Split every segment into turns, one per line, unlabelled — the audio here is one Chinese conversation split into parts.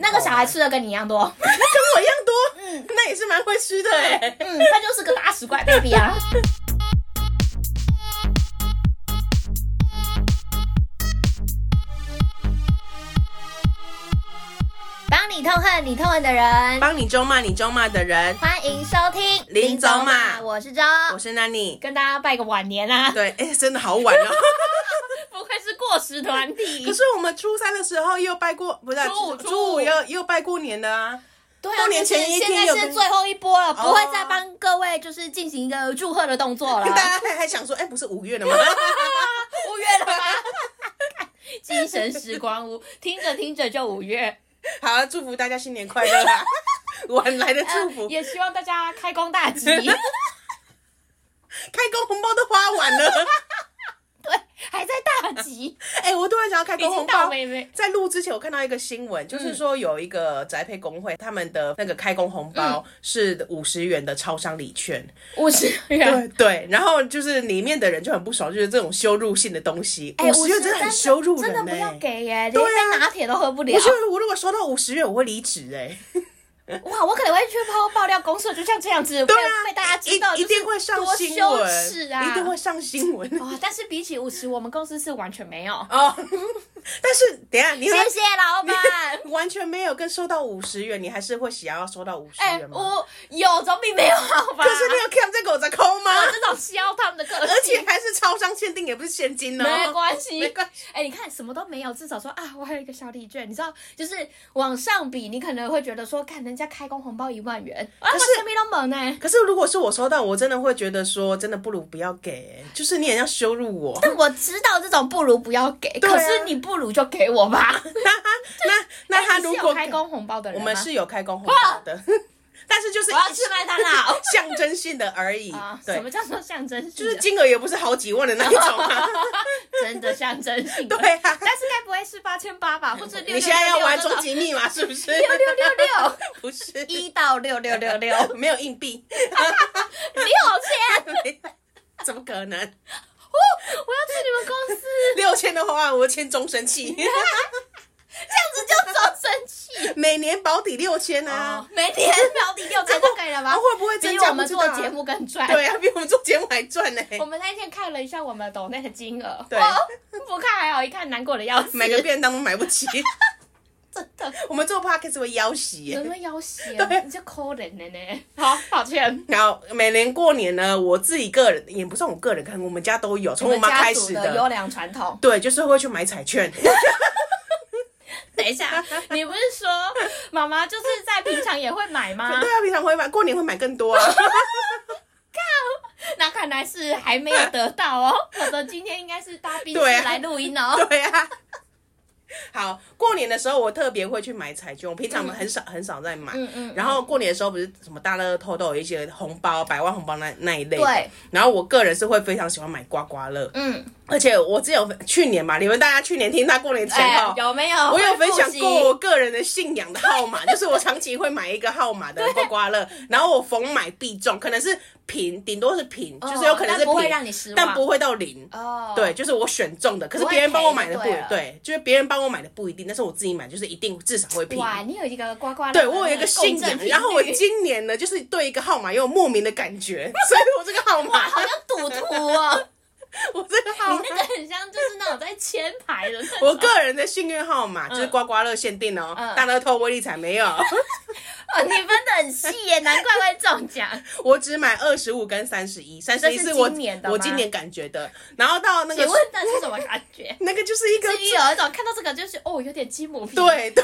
那个小孩吃的跟你一样多，
跟我一样多，嗯，那也是蛮会吃的哎。
嗯，他就是个大食怪 baby 啊。帮你痛恨你痛恨的人，
帮你咒骂你咒骂的人，
欢迎收听
林总嘛
我是周，
我是 Nanny。
跟大家拜个晚年啊，
对，哎、真的好 晚哦。
不愧是过时团
可
体，
是我们初三的时候又拜过，不是啊
初五
初
初
初
五
五又又拜过年的啊。
对
过
啊，
年前一
就是
天
现
有
在
跟
是最后一波了，不会
哦
再帮各位就是进行一个祝贺的动 作了，
大家还还想说，哎、不是五月了吗？
五月了吗？精神时光屋，听着听着就五月，
好，祝福大家新年快乐 啦！晚来的祝福，
呃也希望大家开工大 吉。
开工红包都花完 了。
对，还在大 吉，
哎、我突然想要开
已
工红
经到
包。
妹妹。
在录之前，我看到一个新闻，
嗯
就是说有一个宅配工会，他们的那个开工红
嗯
包是五十元的超商礼券。
五十元。
对对，然后就是里面的人就很不爽，就是这种羞辱性的东西。
哎，
十
50
元真的很羞辱人、
真
欸，
的不要给耶，连
对啊
杯拿铁都喝不了
我。觉得我如果收到五十元，我会离职哎。
哇，我可能会去爆爆料公社，就像这样子，被
对啊，
被大家知道，
一一定会上新
多
闻，
羞耻啊哦
一定会上新闻。
哇！但是比起五十，我们公司是完全没 有。
哦，但是等一下你
谢
会
谢老板。
完全没有跟收到五十元，你还是会想要收到五十
哎，
元吗？
我有总比没有好吧？
可是那个 cam 在给我在抠 吗？
我这种削他们的个性，
而且还是超商限定，也不是现金
没
哦。
关系，
没关系。
哎、你看什么都没有，至少说啊，我还有一个小礼券，你知道，就是往上比，你可能会觉得说，看人家开工红包一万元，啊，我
是
什么都没呢。
可是如果是我收到，我真的会觉得说，真的不如不要给，就是你很像羞 辱我。
但我知道这种不如不要给，
对啊
可是你不如就给我吧。
那那他
你是
如
有
果
开工红包的人
我
吗
们是有开工红包的， 但是就是
我要吃麦当劳
象征性的而已
啊，。什
对
么，叫啊做象征性的？
就是金额也不是好几万的那一 种啊。
真的象征性的。
对啊，
但是该不会是八千八吧，或者六
你现在要玩终
六
极密码是不是？
六六六
不是，
一到六六六六
没有硬币，
六千，
怎么可能？
我要去你们公司，
六千的话，我签终身期，
这样子就总生气。
每年保底六千啊。
哦每天标底六千就可以了
啊，
吧？
会不会增
比
加？
我们
不知
做
道啊
节，目更赚。
对啊，比我们做节目还赚 呢。
我们那天看了一下我们抖内的金额，
对
哦不看还好，一看难过的要死。
买个便当都买不 起，
真的，
我们做 podcast 会要挟耶
有。没有要挟？
对
你这抠人的呢？好，抱歉。
然后每年过年呢，我自己个人也不算我个人，可能我们家都有，从我妈开始
你们家族的优良传统。
对，就是会去买彩券，
等一下，你不是说妈妈就是在平常也会买吗
对？啊，平常会买，过年会买 更多啊。
那看来是还没有得到哦。我的今天应该是搭宾士
对啊
来录音哦。
对啊。好，过年的时候我特别会去买彩券，我平常我们很少、很少在买。
嗯嗯
然后过年的时候不是什么大乐透都有一些红包、百万红包那那一类的。
对。
然后我个人是会非常喜欢买刮刮乐，
嗯，
而且我只有去年嘛，你们大家去年听他过年前
哎
后，，
有没有？
哦我有分享
复习
过我个人的信仰的号码，就是我长期会买一个号码的刮刮乐，然后我逢买必中，可能是平，顶多是平，
哦
就是有可能
但
是
不会
平
让你失望
但不会到零。
哦，
对，就是我选中的，可是
不会
别人帮我买
赔
的
就
不
对了啊
对，就是别人帮我买的不一定，但是我自己买就是一定至少会平。
哇，你有一个刮刮乐，
对我有一个信仰，然后我今年呢，就是对一个号码有莫名的感觉，所以我这个号 码，
好像赌徒哦，
我这个号
你
码，
那个很像就是那种在签牌的那 种。
我个人的幸运号码就是刮刮乐限定哦，
嗯
大乐透、威力彩没有，
哦，你分的很细耶，难怪会中奖。
我只买二十五跟三 十一，三十一
这是
我
今年的吗
我今年感觉的，然后 到那
请
个
问那是什么感觉？
那个就是一个
是你有一种看到这个就是哦，有点鸡母皮。，
对对，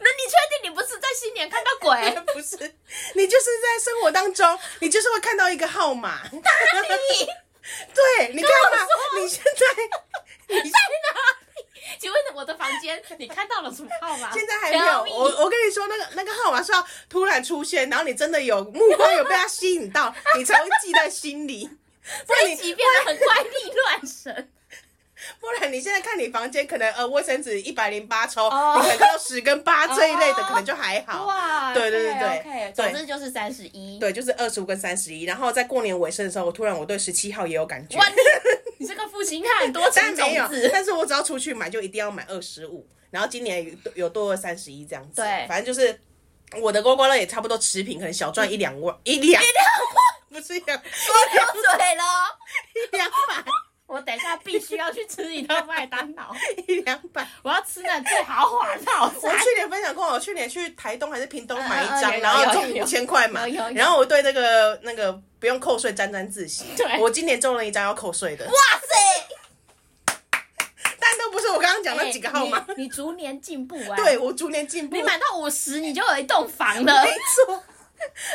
那你确定你不是在新年看到鬼？
不是，你就是在生活 当中，你就是会看到一个号码。 对，你看
我
嘛，你现在，你
请问我的房间你看到了什么号码？
现在还没有
Tell。me
我我跟你说，那个那个号码是要突然出现，然后你真的有目光有被它吸引到，你才会记在心里。不然
这
你
一集变得很怪力乱神。
不然你现在看你房间，可能呃卫生纸一百零八抽，
哦
你可能看到十跟八这一类的，
哦
可能就还好。
哇，
对对对对
OK，
对
总之就是三十一。
对，就是二十五跟三十一，然后在过年尾声的时候，我突然我对十七号也有感觉
哇，。你你这个负心汉，多
但
产种
没有
子，。
但是我只要出去买，就一定要买二十五，然后今年有有多了三十一这样子。
对
反正就是我的刮刮乐也差不多持平，可能小赚一两万，一两一两 不是一两，
我流水了，
一两百，
我等一下必须要去吃一顿麦当 劳，
一两百。
我要吃那最豪华的套
我
餐。
去年分享过，我去年去台东还是屏东买一
嗯嗯
张，
嗯
然后中
有有有
五千块嘛
有有有，
然后我对这个那个不用扣税沾沾自喜。
对
我今年中了一张要扣税的，
哇塞！
但都不是我刚刚讲那
哎
几个号码。
你你逐年进步啊！
对，我逐年进步。
你买到五十，你就有一栋房了。
没错。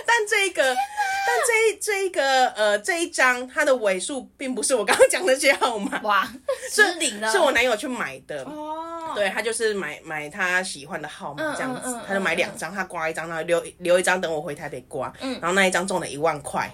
但这一个，但这一这一个呃这一张它的尾数并不是我刚刚讲的那些号码，
哇，失灵了！
是我男友去买的。
哦，
对他就是买买他喜欢的号码
嗯
这样子，
嗯嗯嗯
他就买两张，他刮一张，然后留留一张等我回台北刮，然后那一张中了一万块，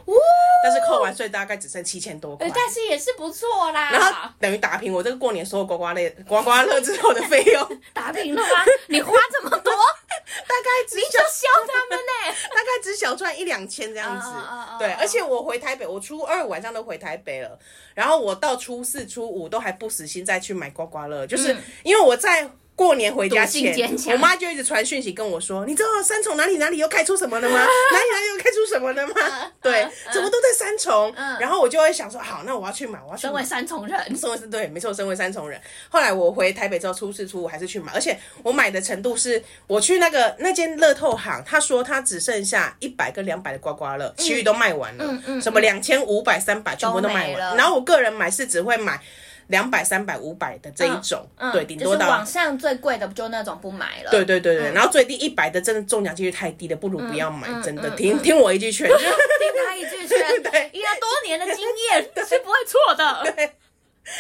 但是扣完税大概只剩七千多块
呃，。但是啊也是不错啦。
然后等于打平我这个过年所有刮刮乐刮刮乐之后的费用，
打平了吗？你花这么多，
大概只
你就
小
削他们呢、
大概只小赚一两千这样子
嗯嗯嗯嗯。
对，
嗯
而且我回台北，我初二晚上都回台北了，然后我到初四、初五都还不死心再去买刮刮乐，就是
嗯
因为我在。过年回家
赌性坚
前，
强
我妈就一直传讯息跟我说：“你知道三重哪里哪里又开出什么了吗？ 哪里哪里又开出什么了吗
嗯？
对
嗯，
怎么都在三重。
嗯”
然后我就会想说：“好，那我要去买，我要去
身
买
为。”三重人，
身为是对，没错，身为三重人。后来我回台北之后，初四初五还是去买，而且我买的程度是，我去那个那间乐透行，他说他只剩下一百跟两百的刮刮乐，其余都卖完了，
嗯嗯
什么两千五百、三百全部都卖
都没
完
了
然后我个人买是只会买两百、三百、五百的这一种，
嗯
对，顶多
就是
到
网。上最贵的，不就那种不买了？
对对对对，然后最低一百的，真的中奖几率太低了，不如不要买。
嗯
真的，
嗯
听听我一句 劝， 就是
听他一句劝，
对
因为多年的经验 是不会错的。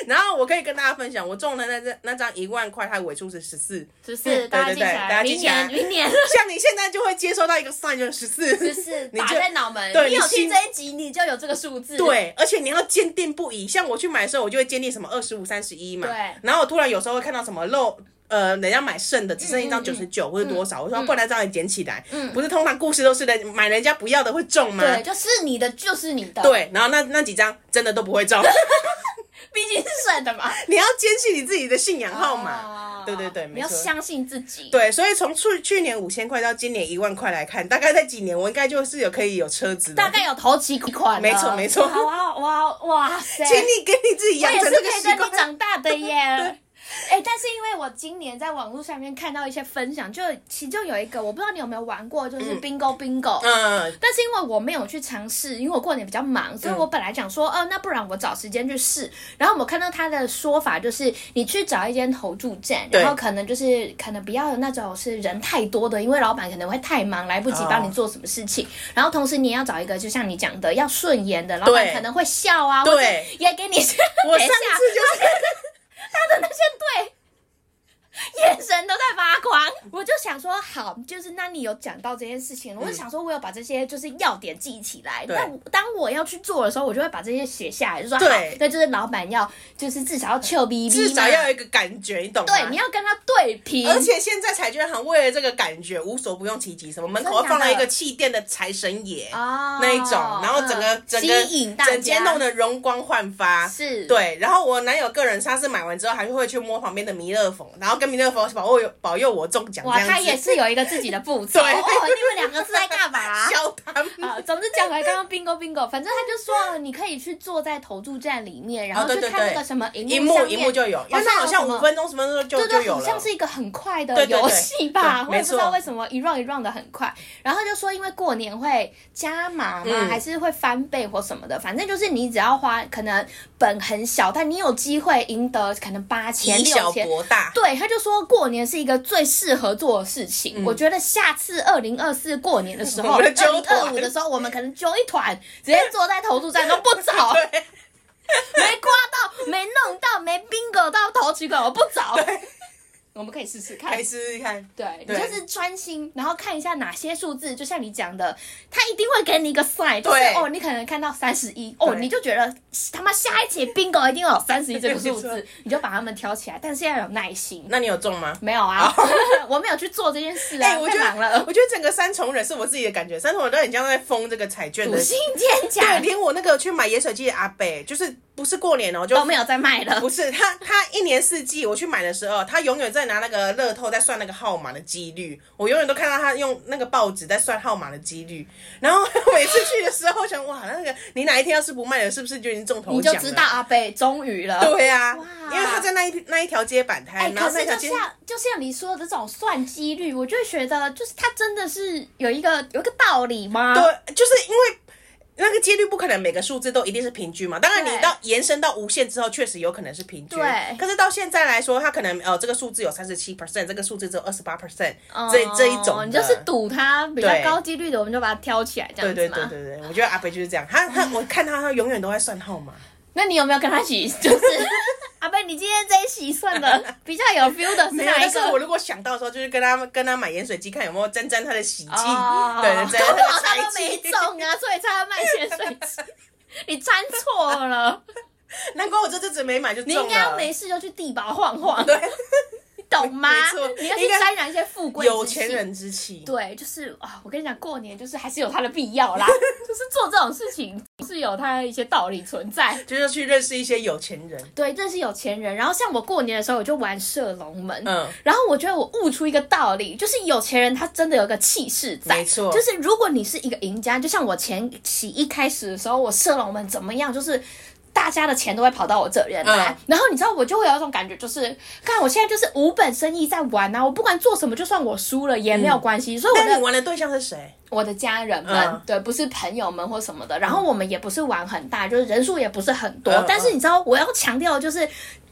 然后我可以跟大家分享，我中了那张那张一万块，它尾数是十四，
十四，
嗯
大家
对对
记起
对大
来，
家记
明
起来
年明年
像你现在就会接收到一个 sign 就是十四，
十四
你
打
就
在脑门。
对
你有
你
听
心
这一集，你就有这个数字。，
对，而且你要坚定不移。像我去买的时候，我就会坚定什么二十五、三十一嘛。
对
然后我突然有时候会看到什么漏。呃，人家买剩的只剩一
嗯
张九十九或者多少，我说不然这样也捡起来。不是通常故事都是人买人家不要的会中吗？
对，就是你的就是你的，，
对然后那那几张真的都不会 中，
毕竟是省的嘛。
你要坚信你自己的信仰 号码。
哦
对对对
你
没
要
错
相信自己。
对，所以从去去年五千块到今年一万块来看，大概在几年我应该就是有可以有车子了。
大概有头期款了，
没错没错
哇哇哇塞！
请你给你自
我
己养
也
成
是
这个
陪
习
着你
惯。
长大的耶。 哎、但是因为我今年在网络上面看到一些分享，就其中有一个我不知道你有没有玩过，就是 Bingo Bingo、
嗯，
但是因为我没有去尝试，因为我过年比较忙，所以我本来想说，哦、那不然我找时间去试。然后我看到他的说法就是，你去找一间投注站，
对
然后可能就是可能不要有那种是人太多的，因为老板可能会太忙，来不及
哦
帮你做什么事情。然后同时你也要找一个，就像你讲的，要顺眼的，老板
对
可能会笑啊，
对
或者也给你。
我
等
上
一下
次就是。
他的那些对眼神都在发光。我就想说，好，就是那你有讲到这件事情，我就想说，我有把这些就是要点记起来。
嗯对
那我当我要去做的时候，我就会把这些写下来，就说好
对，
那就是老板要就是至少要 Q B B，
至少要有一个感觉，你懂吗？
对，你要跟他对平，
而且现在彩券行为了这个感觉无所不用其极，什么门
真
口
的假的
放了一个气垫的财神爷、
哦
那一种，然后整个、
嗯
整个
吸引大家
整间弄得容光焕发。
是
对，然后我男友个人他是买完之后还会去摸旁边的弥勒佛，然后跟弥勒佛哦保佑保佑我中奖这
哇，
样子。
他也是有一个自己的步骤。
对
哦，你们两个是在干嘛、
笑他 们。
啊，总之讲回来，刚刚 bingo bingo，反正他就说呃了，你可以去坐在投注站里面，然后
哦对
去
对
看那
对
个什么
一
啊荧幕
幕
上
一
面，
幕就有，因为它好像五分钟、十分钟就
对
就
对，
有
好像
了。
是一个很快的
对对对
游戏吧，
对
我也不知道
没错
为什么一 round 一 round 的很快。然后他就说，因为过年会加码嘛，
嗯
还是会翻倍或什么的，反正就是你只要花可能本很小，但你有机会赢得可能八千、
以小
六千。
博大，
对，他就说过年是一个最适合做的事情。我觉得下次二零二四过年的时候，
嗯 我
二
们
零
揪
二
团
五的时候，我们可能揪一团，直接坐在投注站都不走，
对，
没刮到，没弄到，没 bingo 到投取款，我不走。我们可以试试看
来。试试看。
对你
对
就是专心，然后看一下哪些数字，就像你讲的，他一定会给你一个 sign，就是
对
哦，你可能看到三十一，哦，
对
你就觉得他妈下一期 bingo 一定有三十一这个数
没
字，你就把它们挑起来，但是要有耐心。
那你有中吗？
没有啊， 我没有去做这件事啊，
哦哎、我
太
觉
忙
得
了，
我觉得整个三重人是我自己的感觉，三重人都很像在封这个彩券
赌
的。
性坚
对，
强。
连我那个去买盐水鸡的阿伯，就是不是过年哦，就
都没有在卖了
不。是他，他一年四季我去买的时候，他永远在拿那个乐透在算那个号码的几率，我永远都看到他用那个报纸在算号码的几率。然后每次去的时候想，哇，那个你哪一天要是不卖了，是不是就已经中头
你
奖
就
了？
知道阿贝终于了。
对呀、
哇
因为他在那一那一条街摆摊，
哎、
然后
可
那
是
条
就
街
像就像你说的这种算几率，我就会觉得就是它真的是有一个有一个道理吗？
对，就是因为那个几率不可能每个数字都一定是平均嘛。当然，
对
你到延伸到无限之后，确实有可能是平均。
对
可是到现在来说，它可能呃这个数字有三十七 percent，这个数字只有二十八 percent，
哦
这这一种的
你就是赌它比较
对
高几率的，我们就把它挑起来这样
对
子
对
嘛。
对对对，我觉得阿北就是这样，他他我看他他永远都在算号码，
那你有没有跟他一起？就是 阿贝，你今天这一起算的比较有 feel 的是
没有。
哪
但
一
是
个？
我如果想到的时候，就是跟他跟他买盐水鸡，看有没有沾沾他的喜气，
哦
对， 沾沾
搞不
他
好
的
他
财
都没
气。
中啊，所以才要卖潜水机。 你沾错了， 啊
难怪我这阵子没买就中
你
了。
应该要没事就去地堡晃晃，
对
你 懂吗
没错？
你要去
应该
沾染一些富贵之
有钱
气
人之气。
对，就是啊，我跟你讲，过年就是还是有它的必 要啦，就是做这种事情是有它的一些道理存在。
就是去认识一些有钱人，
对，认识有钱人。然后像我过年的时候，我就玩射龙门。
嗯，
然后我觉得我悟出一个道理，就是有钱人他真的有个气势在，
没错
就是如果你是一个赢家，就像我前期一开始的时候，我射龙门怎么样，就是。大家的钱都会跑到我这边来，
嗯
然后你知道我就会有一种感觉，就是看我现在就是无本生意在玩啊，我不管做什么，就算我输了也
嗯
没有关系，所以我的
那你玩的对象是谁？
我的家人们，
嗯
对，不是朋友们或什么的。然后我们也不是玩很大，就是人数也不是很多。
嗯嗯嗯
但是你知道，我要强调的就是。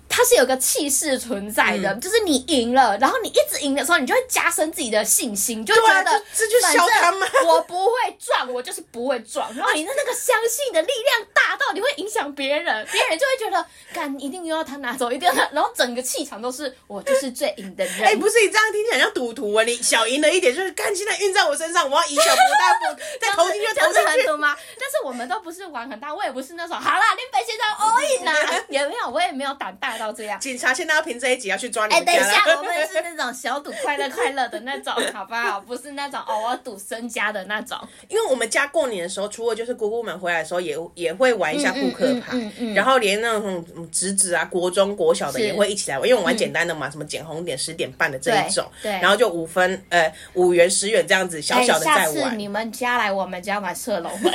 它是有个气势存在
嗯
的，就是你赢了，然后你一直赢的时候，你就会加深自己的信心，你就会
对啊
觉得
这这就
反正
笑他们
我不会撞，我就是不会撞。然后你的那个相信的力量大到你会影响别 人，别人就会觉得，干一定又要他拿走，一定要他，然后整个气场都是我就是最赢的人。
哎、不是你这样听起来像赌徒啊！你小赢了一点，就是干，现在运在我身上，我要以小博 大不，再投进去
这
投
样子
进
很
去。
多吗？ 但是我们都不是玩很大，我也不是那种好啦，你北先生 all in 啊， 也没有，我也没有胆大到这 样。
警察现在要凭这一集要去抓你
哎、
们
等
家
一
了。
下，我们是那种小赌快乐快乐的那种，好不好？不是那种哦，我要赌身家的那 种。
因为我们家过年的时候，除了就是姑姑们回来的时候也，也会玩一下扑克牌，
嗯嗯嗯嗯嗯
然后连那种嗯侄子啊、国中、国小的
是
也会一起来玩，因为我们玩简单的嘛，什么捡红点、十点半的这一种，
嗯对对
然后就五分呃五元、十元这样子小小的
哎
在
下次
玩。
你们家来我们家玩射龙 门，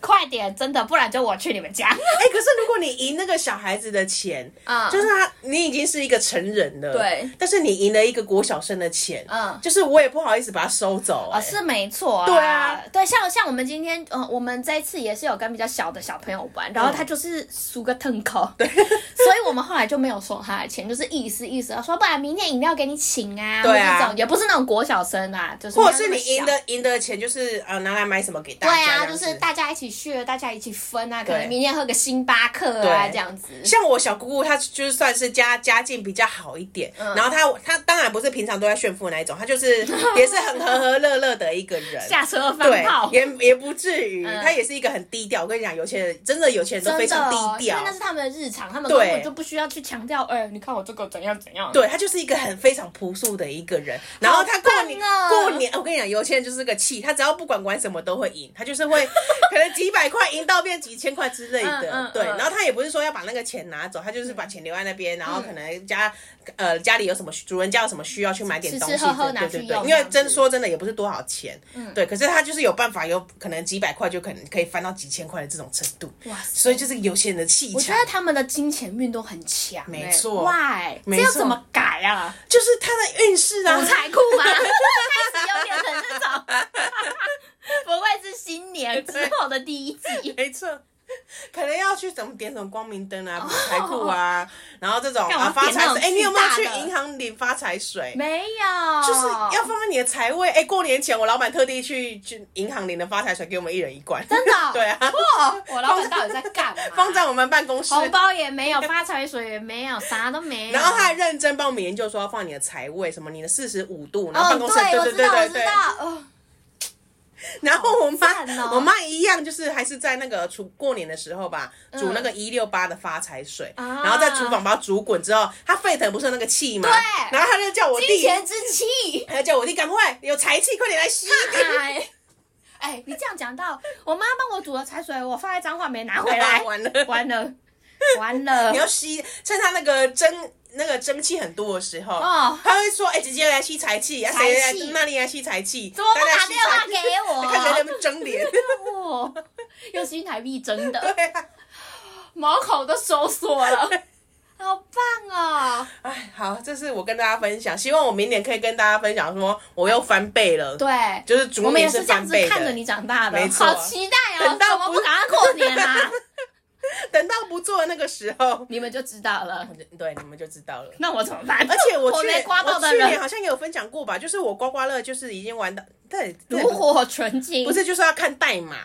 快点，真的，不然就我去你们家。
哎、可是如果你赢那个小孩子的钱，
啊
就是他，你已经是一个成人了，
对但
但是你赢了一个国小生的钱，
嗯
就是我也不好意思把它收走、哎
啊，是没错、啊，
对啊，
对，像像我们今天，呃，我们这一次也是有跟比较小的小朋友玩，然后
嗯
他就是输个腾口，对， 所以我们后来就没有收他的钱，就是意思意思，说不然明天饮料给你请啊，
对啊
或者这种也不是那种国小生啊，就是
或者是你赢
没有那么小。
的赢的钱，就是呃拿来买什么给大
对
家，
啊，
这
就
样子
是大家一起去，大家一起分啊，可能
对
明天喝个星巴克啊，
对
这样子。
像我小姑姑，她就是算是家家境比较好一点，
嗯
然后她她当然不是平常都在炫富那一种，她就是 也是很和和乐乐的一个人。
下车放
对
炮，，
也也不至于，
嗯
她也是一个很低调。我跟你讲，有钱人真的有钱人都非
真的
常
哦，
低
因为
调，
那是他们的日常，他们根
对
本就不需要去强调，哎，你看我这个怎样怎样。
对他就是一个很非常朴素的一个人。然后他过年、
好棒哦
过年，我跟你讲，有钱人就是个气，他只要不管玩什么都会赢，他就是会可能几百块赢到变几千块之类的。
嗯嗯
对，
嗯
然后他也不是说要把那个钱拿走，他就是把钱留在那边，然后可能家、呃家里有什么主人家有什么需要去买点
吃
东
吃
西，
喝喝
对
拿
对
去
对
用
对，因
这
为
样
真
子嗯
说真的也不是多少钱，对，可是他就是有办法，有可能几百块就可能可以翻到几千块的这种程度。
哇塞
所以就是有钱人的气
我觉
场
得，他们的金钱运都很强、欸，
没错
，Why？这
没错
要怎么改啊？
就是他的运势啊，
补财库 吗？开始又变成这种， 不会是新年之后的第一季？
没错，可能要去怎么点什么光明灯啊、补财库啊，然后这种
干嘛
啊发
点那
财
种
水。哎、你有没有
巨
去
大的
银行领发财 水？
没有，
就是要放在你的财位。哎、过年前我老板特地去去银行领的发财水，给我们一人一罐。
真的、哦
对啊，
哇， 我老板到底在干嘛？
放在我们办公室。
红包也没有，发财水也没有，啥都没有。
然后他还认真帮我们研究说要放你的财位，什么你的四十五度，然
哦，
后办公室、
对，我
对
知道，我
对对
知
对。
道，哦，
然后我妈、
好赞哦
我妈一样，就是还是在那个厨过年的时候吧，煮那个一六八的发财水，
嗯啊
然后在厨房把它煮滚之后，它沸腾不是有那个气吗？
对
然后她就叫我
金
弟，
钱之气。
她就叫我弟赶快有财气，快点来吸。
哎，哎，你这样讲到，我妈帮我煮的财水，我放在彰化没拿回来，
完了
完了，完了
你，要吸，趁他那个蒸那个蒸汽很多的时候，
哦
他会说：“哎、姐姐来吸财气，啊，
财
谁来
气
那里来吸财气？”
怎么不
大家
打
吸
电话
财气
给我？
看起来在那边蒸脸，
哦，又是新台币真的，
对啊，
毛孔都收缩 了，好棒哦！
哎，好，这是我跟大家分享，希望我明年可以跟大家分享说我又翻倍了，
对，
就是
我
逐
们也
年
是这样
翻
子
倍
看着
的。
你长大的，
没错
好期待哦！
等到
怎么
不
不赶快过年啊？
等到不做的那个时候，
你们就知道了。
对你们就知道了。
那我怎么办？
而且我去
没
年
刮到
我
的
去年
人
好像也有分享过吧，就是我刮刮乐就是已经玩到，对，对
炉火纯青，
不是就是要看代码。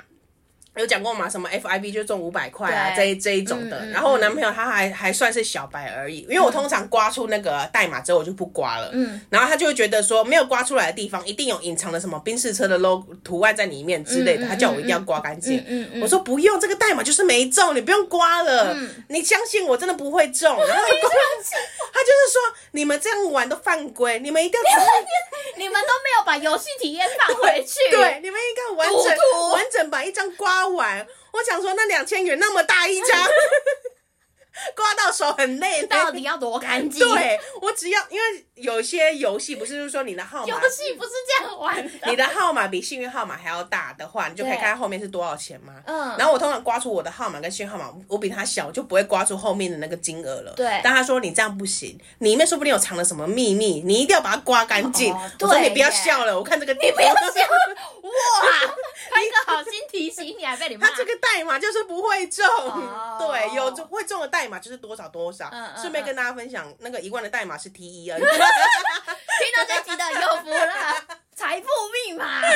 有讲过嘛？什么 FIB 就中五百块啊，这
对
一这一种的。
嗯嗯
然后我男朋友他还还算是小白而已，因为我通常刮出那个代码之后我就不刮了。
嗯
然后他就会觉得说，没有刮出来的地方一定有隐藏的什么宾士车的 logo 图案在里面之类的，
嗯嗯
他叫我一定要刮干净。
嗯嗯嗯
我说不用，这个代码就是没中，你不用刮了。
嗯
你相信我，真的不会中。然后他就他就是说，你们这样玩都犯规，你们一定要重
你们都没有把游戏体验放回去。
对，你们应该完
赌
整
徒
完整把一张刮完。我想说，那两千元那么大一张， 刮到手很累呢。
到底要多干净？，
对我只要，因为有些游戏不是就是说你的号码，
游戏不是这样玩的。
你的号码比幸运号码还要大的话，你就可以看后面是多少钱吗？
嗯
然后我通常刮出我的号码跟幸运号码，我比他小，我就不会刮出后面的那个金额了。
对
但他说你这样不行，里面说不定有藏了什么秘密，你一定要把它刮干净。
哦
我说
对
你不要
耶
笑了，我看这个
你不要笑， 哇！他一个好心提醒你，还啊被你骂
啊他。这个代码就是不会中，
哦
对，有中会中的代码就是多少多少。
嗯嗯
顺便
嗯
跟大家分享，那个一万的代码是 T E 一 N，
听到这集的有福 了，财富密码。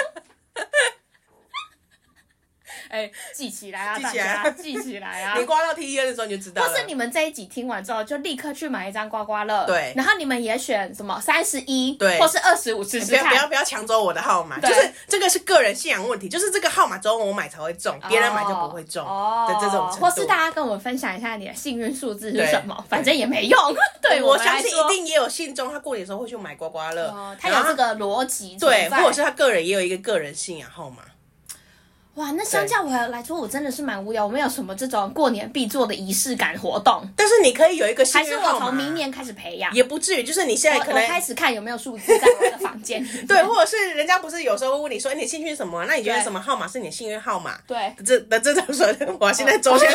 哎，记起来啊，
记
大
起来
家记起来啊
你！刮到 T 一 N 的时候你就知道
或
了。
是你们这一集听完之后，就立刻去买一张刮刮乐，
对
然后你们也选什么三十一，
对
或是二十五试
你
试
不要不要
看，
不要抢走我的号码，就
对
是这个是个人信仰问题，就是这个号码只有我买才会中，别人买就不会中
哦
的这种程度。
或是大家跟我们分享一下你的幸运数字是什么
对，
反正也没用。对
我
们
相
来
信
说
一定也有信众，他过年的时候会去买刮刮乐，
哦，他
然
有
后
这个逻辑存
对，
在，
或者是他个人也有一个个人信仰号码。
哇，那相较我来说，我真的是蛮无聊，我没有什么这种过年必做的仪式感活动，
但是你可以有一个幸
还是
运
我
号码，
从明年开始培养。
也不至于，就是你现在
我
可
我
能
开始看有没有数字在我的房 间里面。
对，或者是人家不是有时候会问你说，哎，你兴趣是什么啊？那你觉得
对
什么号码是你的幸运号码？
对，
这的这种说，我现在周先 是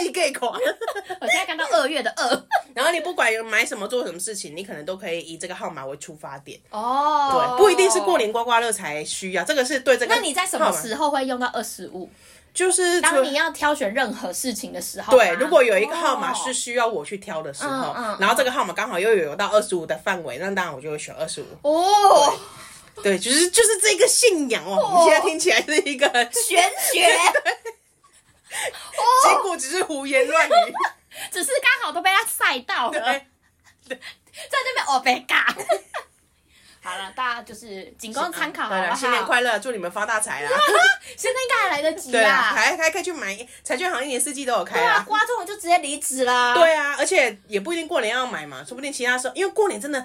细 gay 狂。
我现在看到二月的二。
然后你不管有买什么做什么事情，你可能都可以以这个号码为出发点。
哦
对，不一定是过。年刮刮乐才需要，这个是对这个
那
号码。
你在什么时候会用到二十五？
就是
当你要挑选任何事情的时候吗。
对，如果有一个号码是
哦
需要我去挑的时候，
嗯嗯嗯
然后这个号码刚好又有到二十五的范围，那当然我就会选二十五。
哦，
对，就是就是这个信仰哦，我们现在听起来是一个
玄学，
结果只是胡言乱语。
只是刚好都被他晒到了，
对
在那边哦被尬。 好了，大家就是仅供参考，好
嗯对
不
了，
好？
新年快乐，祝你们发大 财啦！
现在应该还来得及
对啊，
啦。
啊还还可以去买彩券行，一年四季都有开
对啊
啦，。
刮中了就直接离职啦。，
对啊，而且也不一定过年要买嘛，说不定其他时候，因为过年真的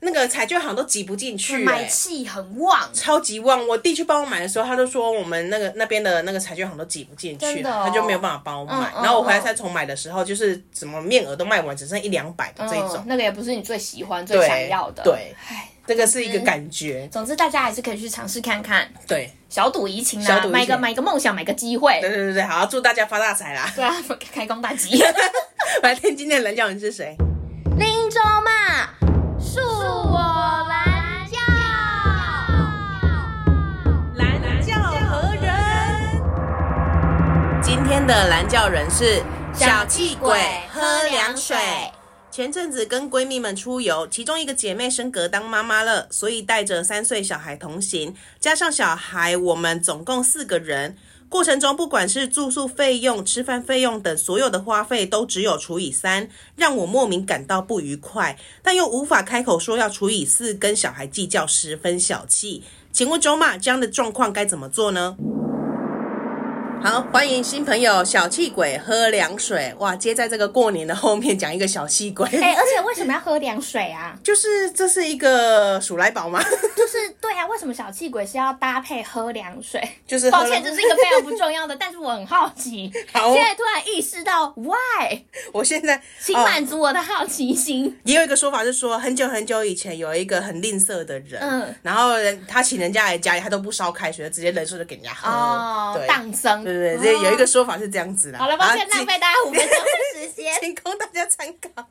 那个彩券行都挤不进去、
嗯买
欸，
气很旺。
超级旺。我弟去帮我买的时候，他就说我们那个那边的那个彩券行都挤不进去
真的
了，
哦
他就没有办法帮我买。
嗯嗯
然后我回来再重买的时候，就是什么面额都卖完，只剩一两百的这一种
嗯，，那个也不是你最喜欢、最
对
想要的。
对
唉，
这个是一个感觉，
总之大家还是可以去尝试看看，
对
小赌怡情
小
啦
赌，怡情
买个买个梦想，买个机会
对。对对对，好，祝大家发大财啦！
对啊，开工大吉。
来听今天的蓝教人是谁？
林州嘛，恕我蓝教。
蓝教何人？今天的蓝教人是小气鬼喝凉水。
哎
前阵子跟闺蜜们出游，其中一个姐妹升格当妈妈了，所以带着三岁小孩同行，加上小孩，我们总共四个人。过程中，不管是住宿费用、吃饭费用等所有的花费，都只有除以三，让我莫名感到不愉快，但又无法开口说要除以四，跟小孩计较，十分小气。请问周妈，这样的状况该怎么做呢？好，欢迎新朋友小气鬼喝凉水哇！接在这个过年的后面讲一个小气鬼，
哎、而且为什么要喝凉水啊？
就是这是一个鼠来宝吗？
就是对啊，为什么小气鬼是要搭配喝凉水？
就是
抱
喝
歉，
了
这是一个非常不重要的， 但是我很好奇，
好
现在突然意识到 why，
我现在
请
哦
满足我的好奇心。
也有一个说法是说，很久很久以前有一个很吝啬的人，
嗯
然后人他请人家来家里，他都不烧开水，直接冷水就给人家喝，
哦
啊嗯对，
荡生，哦
对对对，这有一个说法是这样子的。
好了，抱歉
啊
浪费大家五分钟的时间
仅。仅供大家参考。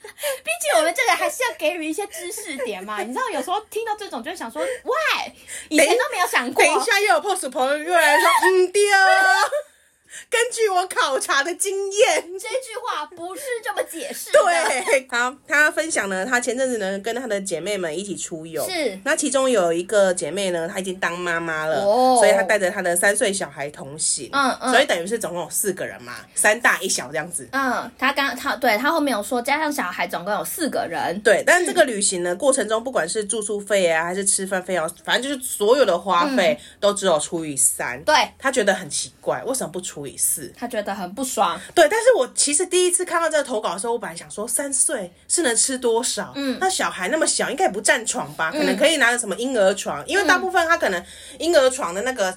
毕竟我们这个还是要给予一些知识点 嘛。你知道，有时候听到这种就会想说，why？以前都没有想过
等。一下又有 pos 朋友又来说，嗯对哦， 根据我考察的经验。
这句话不是这么解释的。，
对，好，他分享呢，他前阵子呢跟他的姐妹们一起出游，
是
那其中有一个姐妹呢，她已经当妈妈了，
哦
所以她带着她的三岁小孩同行，
嗯嗯
所以等于是总共有四个人嘛，三大一小这样子。
嗯，他刚他对他后面有说，加上小孩总共有四个人。
对，但这个旅行呢，过程中不管是住宿费啊，还是吃饭费啊，反正就是所有的花费
嗯
都只有除以三。
对
她觉得很奇怪，为什么不除以四？
他觉得很不爽，
对，但是我其实第一次看到这个投稿的时候，我本来想说三岁是能吃多少？嗯，那小孩那么小，应该也不占床吧？可能
嗯
可以拿着什么婴儿床，因为大部分他可能婴儿床的那个。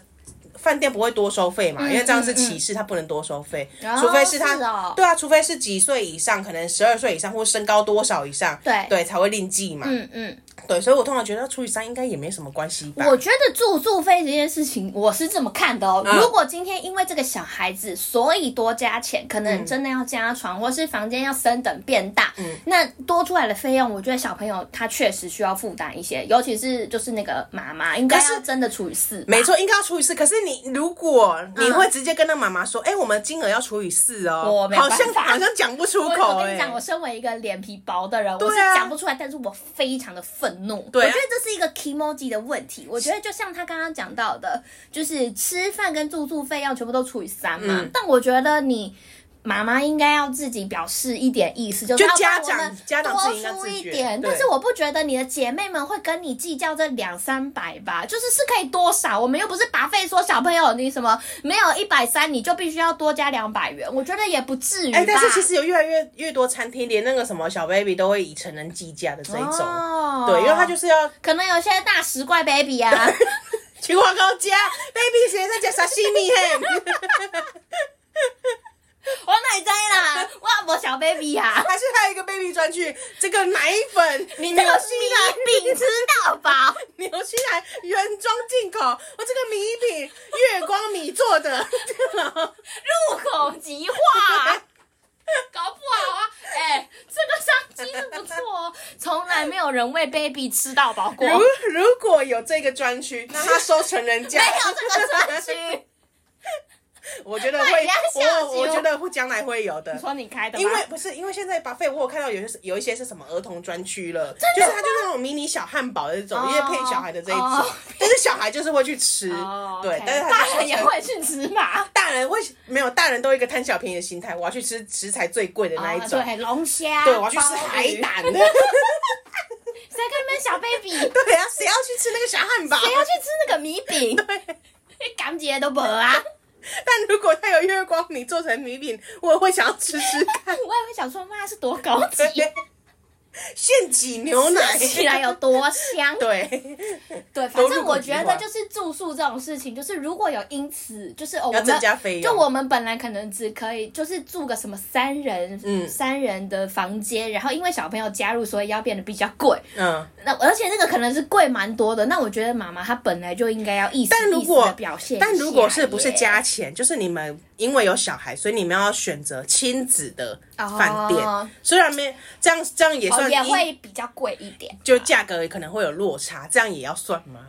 饭店不会多收费
嗯
嘛，因为这样是歧视，他不能多收费，
哦
除非是他，
是哦
对啊，除非是几岁以上，可能十二岁以上或身高多少以上，
对
对才会另计嘛，
嗯嗯，
对，所以我通常觉得除以三应该也没什么关系吧，
我觉得住宿费这件事情我是这么看的哦。
嗯
如果今天因为这个小孩子，所以多加钱，可能真的要加床，或是房间要升等变大，
嗯
那多出来的费用，我觉得小朋友他确实需要负担一些，尤其是就是那个妈妈应该
可是
要真的除以四吧，
没错，应该要除以四。可是你如果你
嗯
会直接跟他妈妈说，哎、我们金额要除以四哦
我，没
好
办
像
法
好像讲不出
我
口
我跟
哎、
你讲，我身为一个脸皮薄的人，我是
对啊
讲不出来，但是我非常的愤怒。
对啊
我觉得这是一个 k emoji 的问题。我觉得就像他刚刚讲到的，就是吃饭跟住宿费要全部都除以三嘛。
嗯
但我觉得你。妈妈应该要自己表示一点意思，就是
就
要
家
帮我
长
们
家长自己应该
多出
自
一
觉
点。
对
但是我不觉得你的姐妹们会跟你计较这两三百吧，就是是可以多少，我们又不是把费说小朋友你什么没有一百三你就必须要多加两百元，我觉得也不至于吧。
哎、但是其实有越来越越多餐厅，连那个什么小 baby 都会以成人计价的这一种，
哦
对，因为他就是要
可能有些大食怪 baby 啊，
去我高加啊 baby 谁在讲沙西米嘿，
我奶奶啦，我我小 baby 啊，
还是还有一个 baby 专区，这个奶粉
你
牛
这个
西
米饼吃到饱，
纽西兰原装进口，我这个米饼月光米做的，
入口即化，搞不好啊， 哎、这个商机是不错哦，从来没有人为 baby 吃到饱过，
如
没有
如果有这个专区，那他收成人价，
这个专区，
我觉得
卖
会
家，下
我我
酒
觉得会将来会有
你
的。
说你开的吗？
因为不是因为现在把费，我有看到有些是有一些是什么儿童专区了，就是它就那种迷你小汉堡的这种，
哦
因为骗小孩的这一种
哦，
但是小孩就是会去吃
哦，
对
OK，，
但是他
大
就
人也。会去吃嘛。
大人会没有，大人都有一个贪小便宜的心态，我要去吃食材最贵的那一
啊
种，
对，龙虾，
对，我要去吃
鲍鱼
海
谁
胆的，
跟你们小 baby，
对啊，谁要去吃那个小汉堡？
谁要去吃那个米饼？
对，
你 感觉都没啊。
但如果他有月光米做成米饼，我也会想要吃吃
我
看，
也会想说，妈是多高级，
现挤牛奶，
吃起来
哦
有多香。
对，
对，反
都入
正
口
我
即
觉
化
得就是住宿这种事情，就是如果有因此就是哦，我
要增
们
加费用。
就我们本来可能只可以就是住个什么三人，
嗯
三人的房间，然后因为小朋友加入，所以要变得比较贵。
嗯，
那而且那个可能是贵蛮多的，那我觉得妈妈她本来就应该要意思
但如果
意思地表现一下
但如果是不是
耶哦
加钱，就是你们因为有小孩，所以你们要选择亲子的饭店，
哦
虽然没这样这样也
哦
算一、
也会比较贵一点，
就价格可能会有落差，这样也要算吗？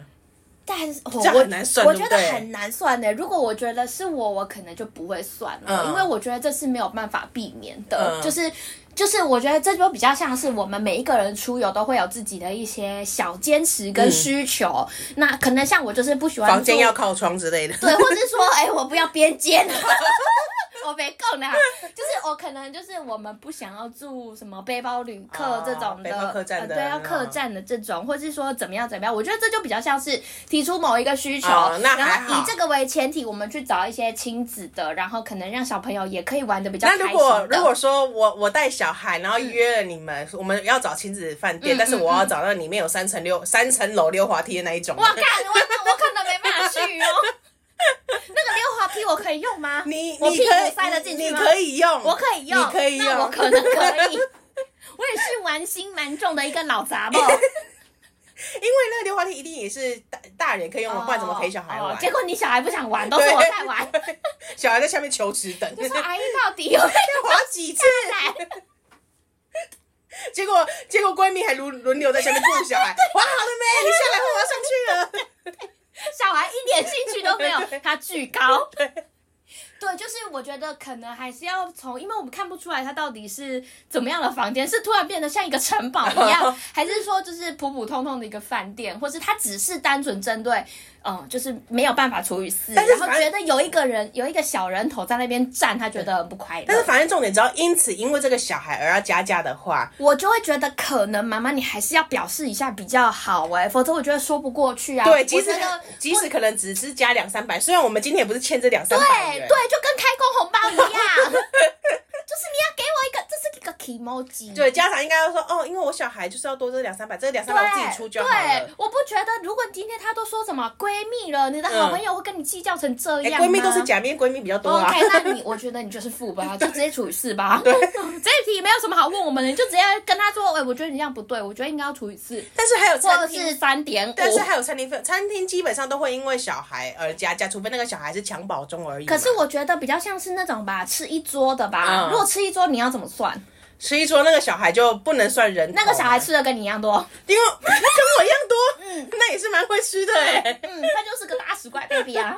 但是、哦
这样
我
很难算
我
对
觉
不
得
对
很难算的。如果我觉得是我，我可能就不会算了，
嗯
因为我觉得这是没有办法避免的，
嗯
就是。就是我觉得这就比较像是我们每一个人出游都会有自己的一些小坚持跟需求。那可能像我就是不喜欢
嗯房间
住
要靠窗之类的，
对，或者是说，哎、我不要边间，啊我没够啦，就是我可能就是我们不想要住什么背包旅客
哦
这种的，
背包客栈的
呃对，要
嗯
客栈的这种，或是说怎么样怎么样，我觉得这就比较像是提出某一个需求，
哦那还
然后以
好
这个为前提，我们去找一些亲子的，然后可能让小朋友也可以玩的比较
那
开心
如果
的
如果说我我带小孩，然后约了你们，我们要找亲子饭店，
嗯
但是
嗯
我要找到里面有三层溜三层楼溜滑梯的那一种。
我看我我可能没办法去哦。 那个溜滑梯我可以用吗？
你你
我
可
屁股塞得
以
进去
你你
吗？
可以用，
我可以用，
你可以
那我
用，
可能可 以。我也是玩心蛮重的一个老杂毛，
因为那个溜滑梯一定也是大大人可以用的，不然怎么陪小孩
哦
玩？
结果你小孩不想玩，都是我在玩。
对，小孩在下面求职等，
就说哎阿姨到底哦有没有
滑几次？
来？
结果结果闺蜜还轮轮流在下面顾 小孩，滑好了没？你下来，我要上去了。
小孩一点兴趣都 没有
对对，
他巨高。
对
对，就是我觉得可能还是要从，因为我们看不出来它到底是怎么样的房间，是突然变得像一个城堡一 样，还是说就是普普通通的一个饭店，或是它只是单纯针对，嗯、就是没有办法除以四，
但是
然后
反
觉得有一个人有一个小人头在那边站，他觉得很不快乐。
但是反正重点，只要因此因为这个小孩而要加价的话，
我就会觉得可能妈妈你还是要表示一下比较好哎、否则我觉得说不过去啊。
对，
我
即使
觉得
即使可能只是加两三百，虽然我们今天也不是欠这两三百
对
元，
对，就跟开工红包一样， 就是你要给我一个，这是一个 emoji。
对，家长应该要说哦，因为我小孩就是要多这两三百，这两三
对
百我自己出就好了哎
对。，我不觉得，如果今天他都说什么闺蜜了，你的好朋友会跟你计较成这
哎，
样、吗？
闺蜜都是假面闺蜜比较多 啊。
OK，那你我觉得你就是负 吧，就直接除以四吧。这一题没有什么好问我们的，你就直接跟他说，哎、我觉得你这样不对，我觉得应该要除以四，
但是还有
或
餐
者
厅
是三点五。
但是还有餐厅费，餐厅基本上都会因为小孩而加价，除非那个小孩是襁褓中而已嘛。
可是我觉得比较像是那种吧，吃一桌的吧。
嗯
如果吃一桌，你要怎么算？
十一桌那个小孩就不能算人头啊
那个小孩，嗯吃的跟你一样多，
因为跟我一样多，那也是蛮会吃的哎、
嗯，他就是个大十块 baby 啊，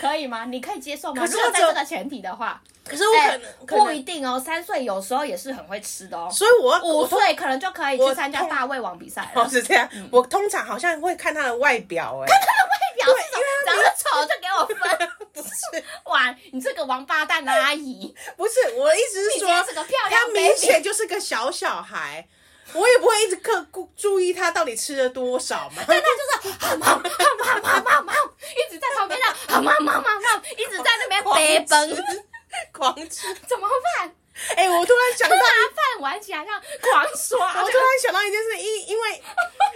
可以吗？你可以接受吗？
可是
如果
他
在
只有
这个前提的话，
可是我可
哎
能、可
不
能
一定哦，三岁有时候也是很会吃的哦，
所以我
五
我通
岁可能就可以
我
去参加
通
大胃王比赛了。
哦是这样，
嗯
我通常好像会看他的外表哎、
表示什么长得丑就给我分，
不是
哇，你这个王八蛋的阿姨，
不是，我的意思
你今
是说
天是个漂亮
他
baby，
明显就是个小小 孩，我也不会一直刻顾注意他到底吃了多少嘛。
但他就是好忙好忙好忙好忙，一直在旁边那好忙忙忙忙，一直在那边飞奔，
狂吃，狂吃！
怎么办？
哎、我突然 想
突
到
然，饭玩起来，让狂刷
我突然想到一件事，因因为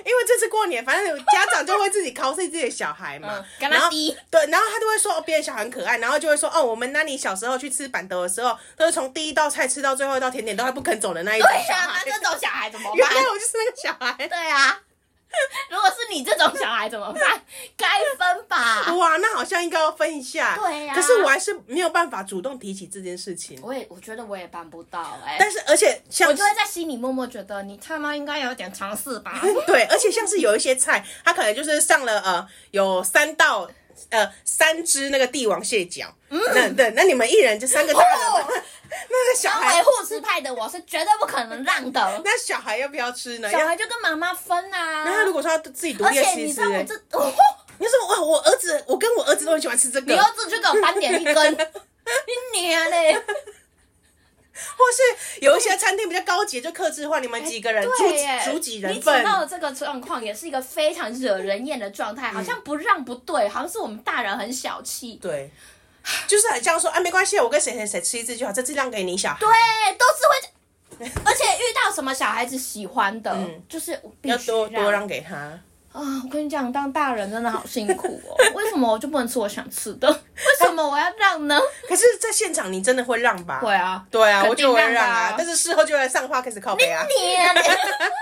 因为这次过年，反正家长就会自己 cos 自己的小孩嘛
嗯，跟他
然后
低
对，然后他就会说哦，别人小孩很可爱，然后就会说哦，我们那里小时候去吃板豆的时候，都是从第一道菜吃到最后一道甜点，都还不肯走的那一种
对
小
呀、那
孩。
这种小孩怎么
原
办？
来我就是那个小孩，
对啊， 如果是你这种小孩怎么办？该分 吧。
哇，那好像应该要分一下。
对呀
可是我还是没有办法主动提起这件事情。
我也我觉得我也办不到哎、
但是，而且像
我就会在心里默默觉得你他妈应该有点尝试吧。
对，而且像是有一些菜，它可能就是上了呃有三道呃三只那个帝王蟹脚，
嗯
那对，那你们一人就三个大人嘛，
哦
那 个小
身为
孩，，
护士派的我是绝对不可能让的
那小孩要不要吃呢？
小
要，
孩就跟妈妈分啊。
那他如果说他自己独
而
立
且
吸
你知
食
道我
欸，
这，
你说哇，我儿子，我跟我儿子都很喜欢吃这
你
个
又，自去给我斑点一 根，你娘嘞！
或是有一些餐厅比较高级，就克制化，你们几个人煮
对耶，
煮几人
你讲
份，
到的这个状况也是一个非常惹人厌的状态，好像不让不对，好像是我们大人很小气。
嗯对，就是很像说啊，没关系，我跟谁谁谁吃一次就好，这次让给你小孩，
对，都是会，而且遇到什么小孩子喜欢的，就是我必
嗯要
须
多多让给他。
啊！我跟你讲，当大人真的好辛苦哦。为什么我就不能吃我想吃的？为什么我要让呢？
可是，在现场你真的会让吧？
会啊，
对啊，
肯定
我就会让
让
啊
啊，
但是事后就来上花开始靠背啊。
你啊你 那根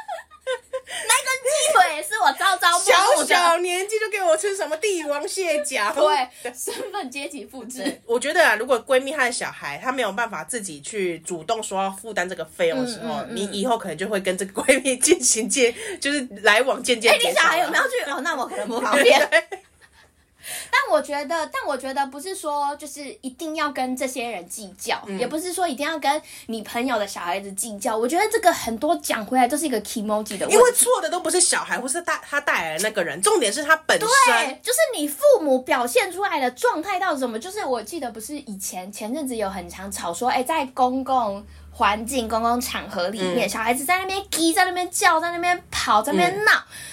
鸡腿是我朝朝
小
暮暮的，
小年纪就给我吃什么帝王蟹脚？
对，身份阶级复制。
我觉得啊，如果闺蜜她的小孩她没有办法自己去主动说要负担这个费用的时候，
嗯嗯嗯
你以后可能就会跟这个闺蜜进行 渐，就是来往渐渐
哎，
减
你
少
小
啊。
孩有没有去？哦，那我可能不方便。但但我觉得，但我觉得不是说就是一定要跟这些人计较，也不是说一定要跟你朋友的小孩子计较。我觉得这个很多讲回来都是一个 emoji 的问题，
因为错的都不是小孩或是带他带来的那个人，重点是他本
对
身。，
就是你父母表现出来的状态到底什么？就是我记得不是以前前阵子有很常吵说，哎、在公共环境、公共场合里面，小孩子在那边踢，在那边叫，在那边跑，在那边闹，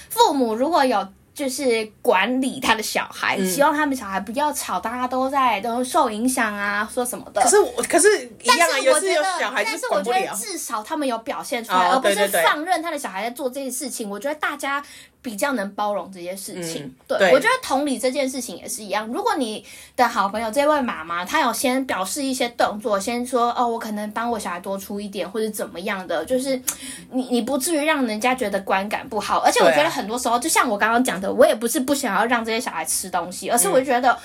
父母如果有。就是管理他的小孩，希望他们小孩不要吵，大家都在都受影响啊，说什么的。
可是我，可是一
但
样啊，
是
有
我
时
觉
有
得，
小孩就
但是我
管不
觉得
了。
至少他们有表现出来，
哦
而不
对
是
对对
放任他的小孩在做这些事情。我觉得大家比较能包容这些事情。
嗯
对
对
我觉得同理这件事情也是一样。如果你的好朋友这位妈妈，她有先表示一些动作，先说哦，我可能帮我小孩多出一点，或者怎么样的，就是你你不至于让人家觉得观感不好。而且我
对啊
觉得很多时候，就像我刚刚讲的，我也不是不想要让这些小孩吃东西，而是我觉得。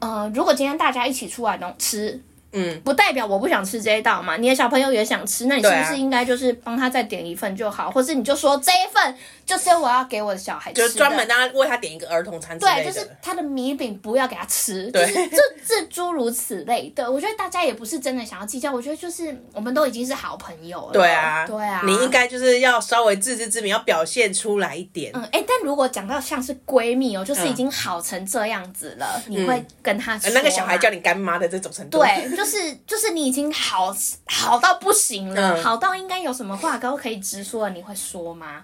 呃，如果今天大家一起出来弄吃，
嗯，
不代表我不想吃这一道嘛。你的小朋友也想吃，那你是
对
不
啊
是应该就是帮他再点一份就好，或是你就说这一份就是我要给我的小孩吃
就
的，
是专门让他为他点一个儿童餐之类
对，
的。
就是他的米饼不要给他吃，就
对
是这这诸如此类的。我觉得大家也不是真的想要计较，我觉得就是我们都已经是好朋友了，
对啊，
对啊，
你应。该就是要稍微自知之明，要表现出来一点。
嗯，哎、但如果讲到像是闺蜜哦，就是已经好成这样子了，你会跟她说、
嗯呃那个小孩叫你干妈的这种程度，，
对，就是就是你已经好好到不行了，
嗯
好到应该有什么话都可以直说了，你会说吗？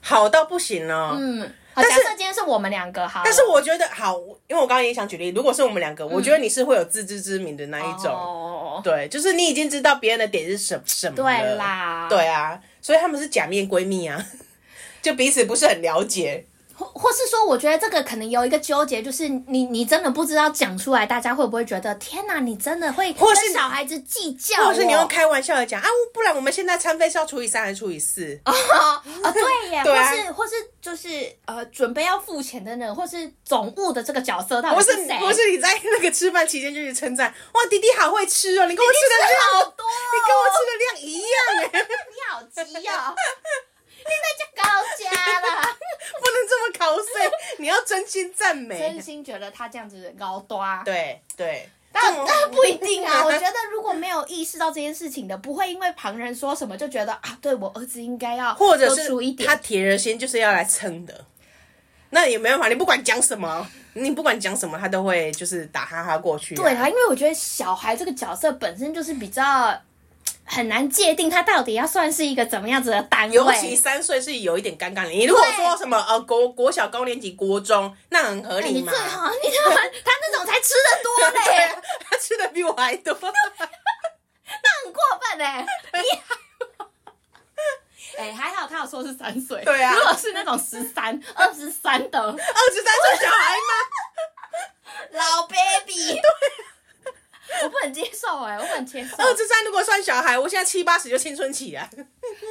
好到不行了、
嗯，好，
但
假
是
设今天是我们两个，好了，
但是我觉得好，因为我刚刚也想举例，如果是我们两个，我觉得你是会有自知之明的那一种。
嗯哦，
对，就是你已经知道别人的点是什什么了
对啦
对啊，所以他们是假面闺蜜啊， 就彼此不是很了解。
或或是说，我觉得这个可能有一个纠结，就是你你真的不知道讲出来，大家会不会觉得天哪，你真的会
或是
跟小孩子计较哦，
或者是你用开玩笑的讲啊，不然我们现在餐费是要除以三还是除以四？
哦，哦对耶，
对啊
或是或是就是呃，准备要付钱的人，或是总务的这个角色到
不
底
是
谁？
不是你在那个吃饭期间就是称赞，哇，弟弟好会吃哦，你跟我吃的 量，
好多哦，
你跟我吃的量一样哎，
你好急哦，你在家高家了，
不能这么考碎，你要真心 赞
真
美。
心觉得他这样子高端。
对对，
但
这种
但不一定 啊，我觉得如果没有意识到这件事情的，不会因为旁人说什么就觉得啊，对我儿子应该要
或者
多
是
出一
他
点。
铁了心就是要来蹭的，那也没办法，你不管讲什么，你不管讲什么，他都会就是打哈哈过去、
对啊，，因为我觉得小孩这个角色本身就是比较很难界定，他到底要算是一个怎么样子的单
尤其
位。
三岁是有一点尴尬的。你如果说什么呃国国小高年级、国中，那很合
哎你
理嘛
最。好，你他妈他那种才吃的多
对
嘞
啊，，他吃的比我还多。
很过分 嘞，你还。哎、还好他有说是三岁，
对啊
如果是那种十 三、二十三的，
二十三岁小孩吗？
老 baby，对， 我不能接受哎、我不能接受。
二十三如果算小孩，我现在七八十就青春期啊。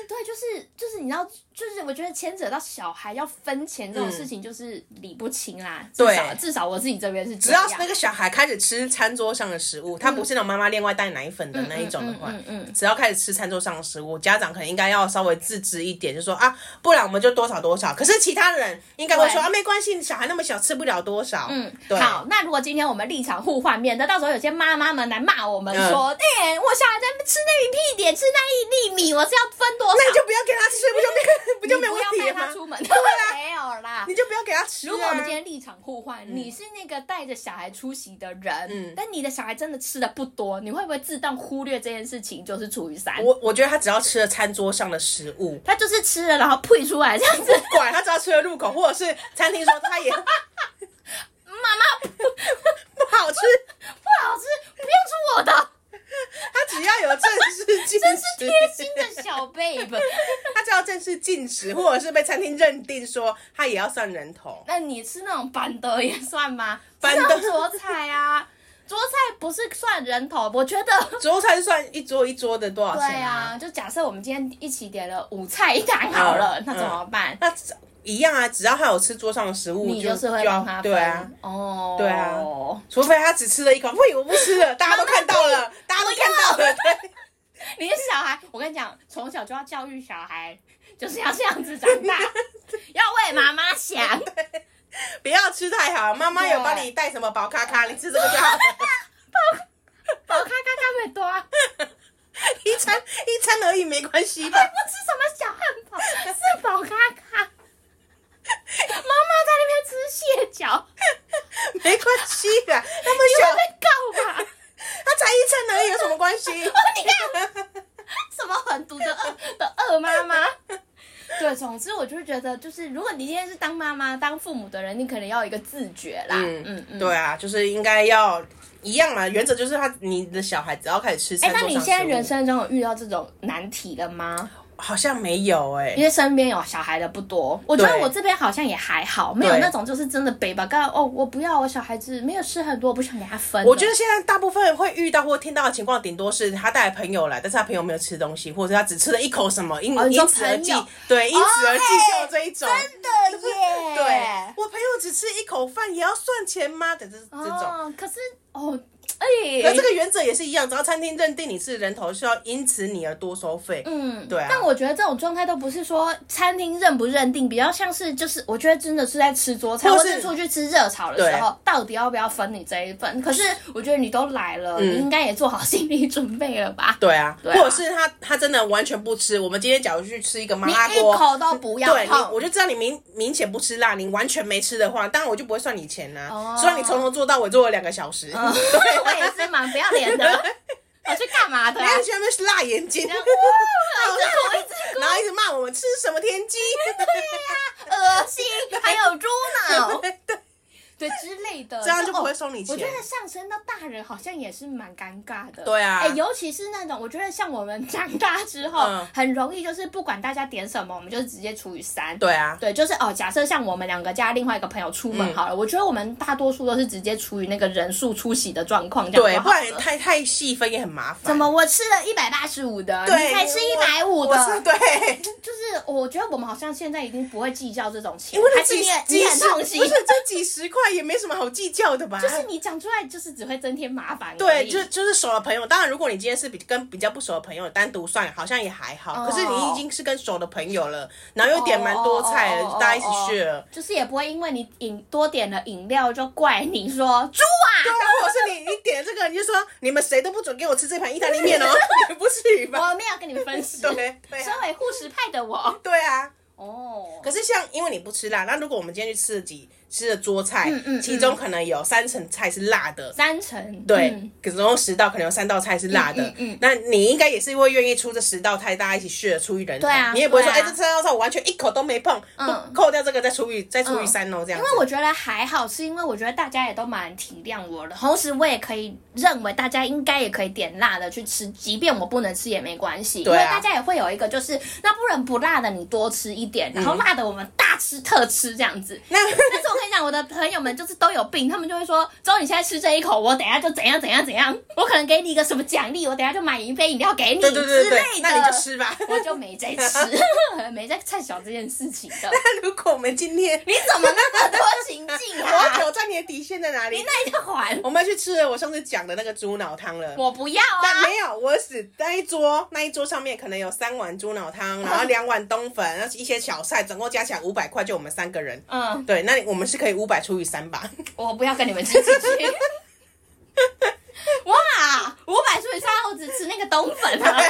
对，就是就是，你知道，就是我觉得牵扯到小孩要分钱这种事情，就是理不清啦。
对
至少至少我自己这边是
只
这
要
样。
是那个小孩开始吃餐桌上的食物，他不是那种妈妈另外带奶粉的那一种的话，
嗯嗯嗯嗯嗯
只要开始吃餐桌上的食物，家长可能应该要稍微自知一点，就说啊，不然我们就多少多少。可是其他人应该会说
对
啊，没关系，小孩那么小，吃不了多少。嗯对
嗯，。好，那如果今天我们立场互换，免得到时候有些妈妈们来骂我们
嗯
说，哎、我小孩在那边吃那一屁点，吃那一粒米，我是要分多少？
那你就不要给他吃，不就没 不就没有
你
问
不
题
要
了
带他
吗？啊
出门， 没有啦
你。就不要给他吃、啊。嗯
如果我们今天立场互换，你是那个带着小孩出席的人，但你的小孩真的吃的不多，你会不会自动忽略这件事情？就是除以三，
我我觉得他只要吃了餐桌上的食物，
他就是吃了然后呸出来这样子，
不管他只要吃了入口，或者是餐厅说 他也妈妈不好吃，
不好吃，不要吃我 的，
他只要有正式进
真是
食，
贴心的小 babe。
他只要正式进食，或者是被餐厅认定说他也要算人头，
那你吃那种板德也算吗？
板
吃
德
到桌菜 啊，桌菜不是算人头，我觉得。
桌菜是算一桌一桌的多少
对
钱？
啊，就假设我们今天一起点了五菜一汤好了，
嗯
那怎么办？
那一样啊，只要他有吃桌上的食物，
你
就
就是会
嗯就
帮
要
他分
对啊。
哦，
对啊除非他只吃了一口，喂，我不吃了，大家都看到了，大家都看到了，对，
你的小孩，我跟你讲，从小就要 教育小孩，就是要这样子长大，要为妈妈想，
不要吃太好，妈妈有帮你带什么薄咔咔，你吃这个 就好了。
宝咖咖咖美多啊，
一餐一餐而已，没关系吧
还？不吃什么小汉堡，是宝咖咖。妈妈在那边吃蟹脚，
没关系的，那么
你会
小，
被告吧？
他才一餐而已，有什么关系？
什么狠毒的恶的恶妈妈？ 对，总之我就是觉得，就是如果你今天是当妈妈、当父母的人，你可能要有一个自觉啦。 嗯嗯嗯。
对啊，就是应该要一样嘛，原则就是他你的小孩只要开始吃
哎、
餐桌
那
上
你现在
食物
人生中有遇到这种难题了吗？
好像没有哎、
因为身边有小孩的不多，我觉得
对
我这边好像也还好，没有
对
那种就是真的北吧，刚哦，我不要我小孩子没有吃很多，我不想给他分。
我觉得现在大部分会遇到或听到的情况，顶多是他带朋友来，但是他朋友没有吃东西，或者他只吃了一口什么，因、
哦你说
因此而
朋
记
友，
对，因此而记
哦
恨这一种。
真的耶，
对，我朋友只吃一口饭也要算钱吗？的这这种。
哦，可是哦，哎、
可这个原则也是一样，只要餐厅认定你是人头，需要因此你而多收费。
嗯，
对啊
但我觉得这种状态都不是说餐厅认不认定，比较像是就是，我觉得真的是在吃桌菜，或
或
是
是
出去吃热炒的时候，到底要不要分你这一份？可是我觉得你都来了，你
嗯
应该也做好心理准备了吧？
对啊，
对啊
或者是他他真的完全不吃。我们今天假如去吃一个麻
你
辣
一
锅，
口都不要
对，你
碰，
我就知道你明明显不吃辣，你完全没吃的话，当然我就不会算你钱呐、
哦
虽然你从头做到尾做了两个小时，
嗯 我也是蛮不要脸的， 我去干嘛的啊？
然后你去那边是辣眼睛，
然后哇
然后一直骂我们吃什么天鸡，
恶心，还有猪脑，
对对，
对之类的，
这样就不会
哦
收你
我
钱
觉。得上升到大人好像也是蛮尴尬的。
对啊
哎、尤其是那种，我觉得像我们长大之后，
嗯
很容易就是不管大家点什么，我们就是直接除以三。
对啊，
对，就是哦，假设像我们两个加另外一个朋友出
嗯
门好了，我觉得我们大多数都是直接除以那个人数出席的状况，这样
对，
就
不
好了
然太太细分也很麻烦。
怎么我吃了一百八十五的，
对？
你才吃一百五
我
的，
我是 对，
就是我觉得我们好像现在已经不会计较这种钱，
因为
还
那
是
几
你也
几
你很
十
痛心
不，是这几十块也没什么好计较的吧？
就是你讲出来就是只会增添麻烦而已。
对，就就是熟的朋友。当然，如果你今天是比跟比较不熟的朋友单独算，好像也还好。
哦
可是你已经是跟熟的朋友了，然后又点蛮多菜
哦哦哦
了， 啊
哦
大家一起 share。
就是也不会因为你饮多点了饮料就怪你说猪啊，
对啊，或者是你你点这个，你就说你们谁都不准给我吃这盘意大利面哦， 也不至于吧？
我没有跟你们分食。
对对啊
身为护食派的我，
对啊。
哦，
可是像因为你不吃辣，那如果我们今天去吃了几吃了桌菜，
嗯嗯
其中可能有三成菜是辣的。
三成
对，
嗯
可总共十道，可能有三道菜是辣的。
嗯嗯嗯
那你应该也是会愿意出这十道菜，大家一起 share 出一人头。
对啊
你也不会说，
对啊
哎、这三道菜我完全一口都没碰，
嗯
不扣掉这个再除以再除以
嗯
三哦，这样
因
子。
为我觉得还好，是因为我觉得大家也都蛮体谅我的，同时我也可以认为大家应该也可以点辣的去吃，即便我不能吃也没关系，因
对啊
为大家也会有一个就是，那不然不辣的你多吃一点，然后辣的我们大吃特吃这样子。
那
但是我跟你讲，我的朋友们就是都有病，他们就会说：“周，你现在吃这一口，我等一下就怎样怎样怎样，我可能给你一个什么奖励，我等一下就买一杯饮料给你
对对对
之类的。”，
对那你就。吃吧。
我就没在吃，没在看小这件事情的。
那如果我们今天，
你怎么那么多情
我
境
要
啊？
挑战你的底线在哪
你
里？
那一个还
我们要去吃了我上次讲的那个猪脑汤了。
我不要
但
啊！
没有，我只那一桌那一桌上面可能有三碗猪脑汤，然后两碗冬粉，然后一些小菜，总共加起来五百块，就我们三个人。
嗯，
对，那我们是可以五百除以三吧？
我不要跟你们吃进去。 哇，五百除以三，我只吃那个冬粉 啊，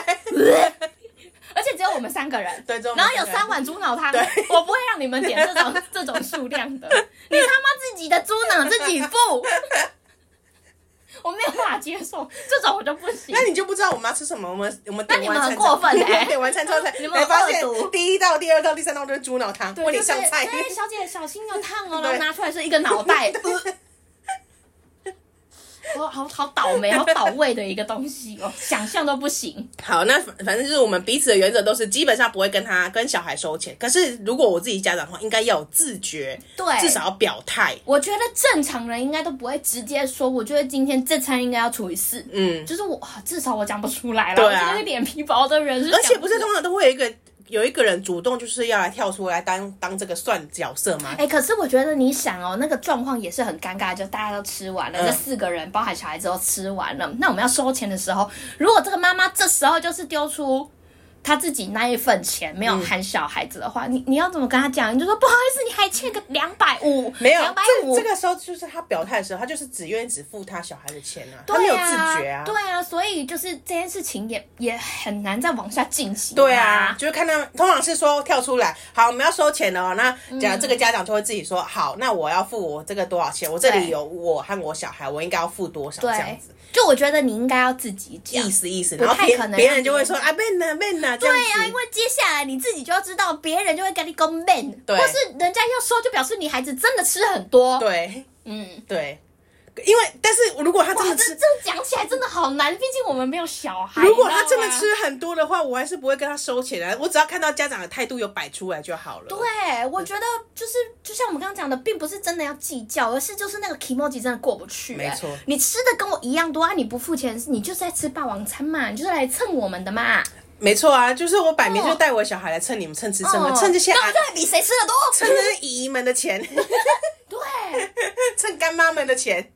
而且只有我们三个人。
对，
然后有三，碗猪脑汤
对，
我不会让你们点这种 这种数量的。你他妈自己的猪脑自己 付，我没有办法接受这种，我就不行
那。你就不知道我们要吃什么。我们我们
那
点
你
完
们
餐
很过分
之后
欸
点完餐之后才
你们
才
很
发
恶
现
毒
第一道、第二道、第三道就是猪脑汤，
对
问你
就是哎
上菜。
对，小姐小心 有烫哦，然后
对
拿出来是一个脑 袋，呃 我好好倒霉，好倒胃的一个东西哦，想象都不行。
好，那反反正就是我们彼此的原则都是基本上不会跟他跟小孩收钱。可是如果我自己家长的话，应该要有自觉，
对，
至少要表态。
我觉得正常人应该都不会直接说，我觉得今天这餐应该要除以四。
嗯，
就是我，啊至少我讲不出来了。
对啊
我这个脸皮薄的人是讲出，
而且不是通常都会有一个有一个人主动就是要来跳出来当当这个算角色 吗？
哎、可是我觉得你想哦，那个状况也是很尴尬，就大家都吃完了，
嗯
这四个人包含小孩子都吃完了，那我们要收钱的时候，如果这个妈妈这时候就是丢出他自己那一份钱没有
嗯
含小孩子的话，你你要怎么跟他讲？你就说不好意思，你还欠个两百五，
没有
两百，
这
五
这。个时候就是他表态的时候，他就是只愿意只付他小孩的钱啊，他没
对
有
啊，
自觉啊，
对啊，所以就是这件事情也也很难再往下进行、
对啊
啊，，
就是看到通常是说跳出来，好，我们要收钱了哦。那
嗯
假如这个家长就会自己说，好，那我要付我这个多少钱？我这里
对
有我和我小孩，我应该要付多少这样
对
子，，
就我觉得你应该要自己讲
意。思意思。
不
然后
太
别
可能
别
让
人就
别
会
人
说啊，ben 呐 ben 呐这
对啊，
样
因
子。
为接下来你自己就要知道，别人就会跟你 go man，
对
或是人家要说，就表示你孩子真的吃很多。，
对
嗯，
对，因为但是如果他
哇
真，的
这
吃，
这讲起来真的好难，毕竟我们没有小孩。
如果
你知
他
道
真的
吗
吃很多的话，我还是不会跟他收钱啊。我只要看到家长的态度有摆出来就好了。
对，我觉得就是就像我们刚刚讲的，并不是真的要计较，而是就是那个 k i m o j i 真的过不去、
没错
哎你吃的跟我一样多啊，你不付钱，你就是在吃霸王餐嘛，你就是来蹭我们的嘛，
没错啊，就是我摆明就
哦
带我小孩来蹭你们蹭吃蹭喝，
哦
蹭这些
那
阿
我就来比谁吃的多。
蹭这些姨姨们的钱，
对，
蹭干妈们的钱。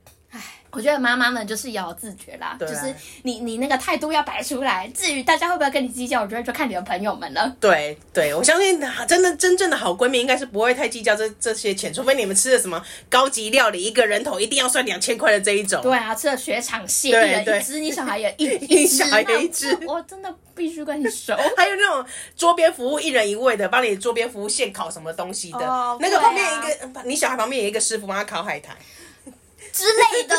我觉得妈妈们就是要有自觉啦，
对啊
就是你你那个态度要摆出来。至于大家会不会跟你计较，我觉得就看你的朋友们了。
对对，我相信真的真正的好闺蜜应该是不会太计较这这些钱，除非你们吃的什么高级料理，一个人头一定要算两千块的这一种。
对啊，吃了雪场蟹，一
对
人
对
一只，你小孩也一
你
一只，
小孩
那
一只
我我真的必须跟你熟。
还有那种桌边服务一人一位的，帮你桌边服务现烤什么东西的，
哦
那个旁边一
对
个、你小孩旁边有一个师傅帮他烤海苔。
之类 的，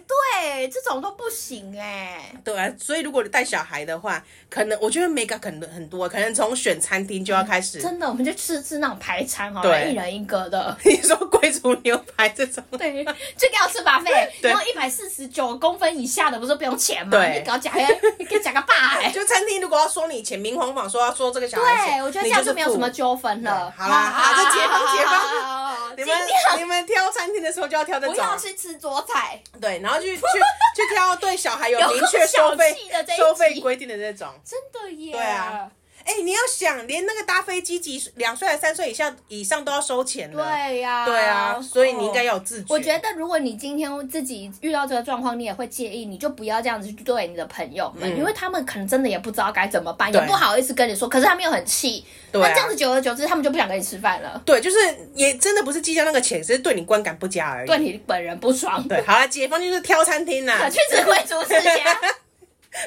对，这种都不行哎、
对啊，所以如果你带小孩的话，可能我觉得 mega 可能很多，可能从选餐厅就要开始。
嗯真的，我们就吃吃那种排餐好了，
对，
一人一个的
你说贵族牛排这种，
对，就给我吃把费，
对
然后一百四十九公分以下的不是不用钱吗？
对
你给我讲个，你给我讲个爸哎、
就餐厅如果要收你钱，明晃晃说要收这个小孩钱，
对，我觉得这
你
样
是
就没有什么
付
纠纷了。
对好啦好这解放解放
放
你
尽
们
量
你们挑餐厅的时候就要挑这
不
种，
要去吃桌菜，
对，然后 去去去挑对小孩有
有
明
够
确收
小
费
气的这一
收费
集
规定的那种。
真的耶。
对啊哎、你要想，连那个搭飞机几两岁还是三岁以下以上都要收钱的，
对呀、
对啊，所以你应该
哦
要有自觉。
我觉得，如果你今天自己遇到这个状况，你也会介意，你就不要这样子去对你的朋友们，因为他们可能真的也不知道该怎么办，也
嗯对
不好意思跟你说。可是他们又很气，
对啊
那这样子久而久之，他们就不想跟你吃饭了，
对，就是也真的不是计较那个钱，只是对你观感不佳而已。
对你本人不爽。
对，好了，解放就是挑餐厅啦
可。去吃贵族世家，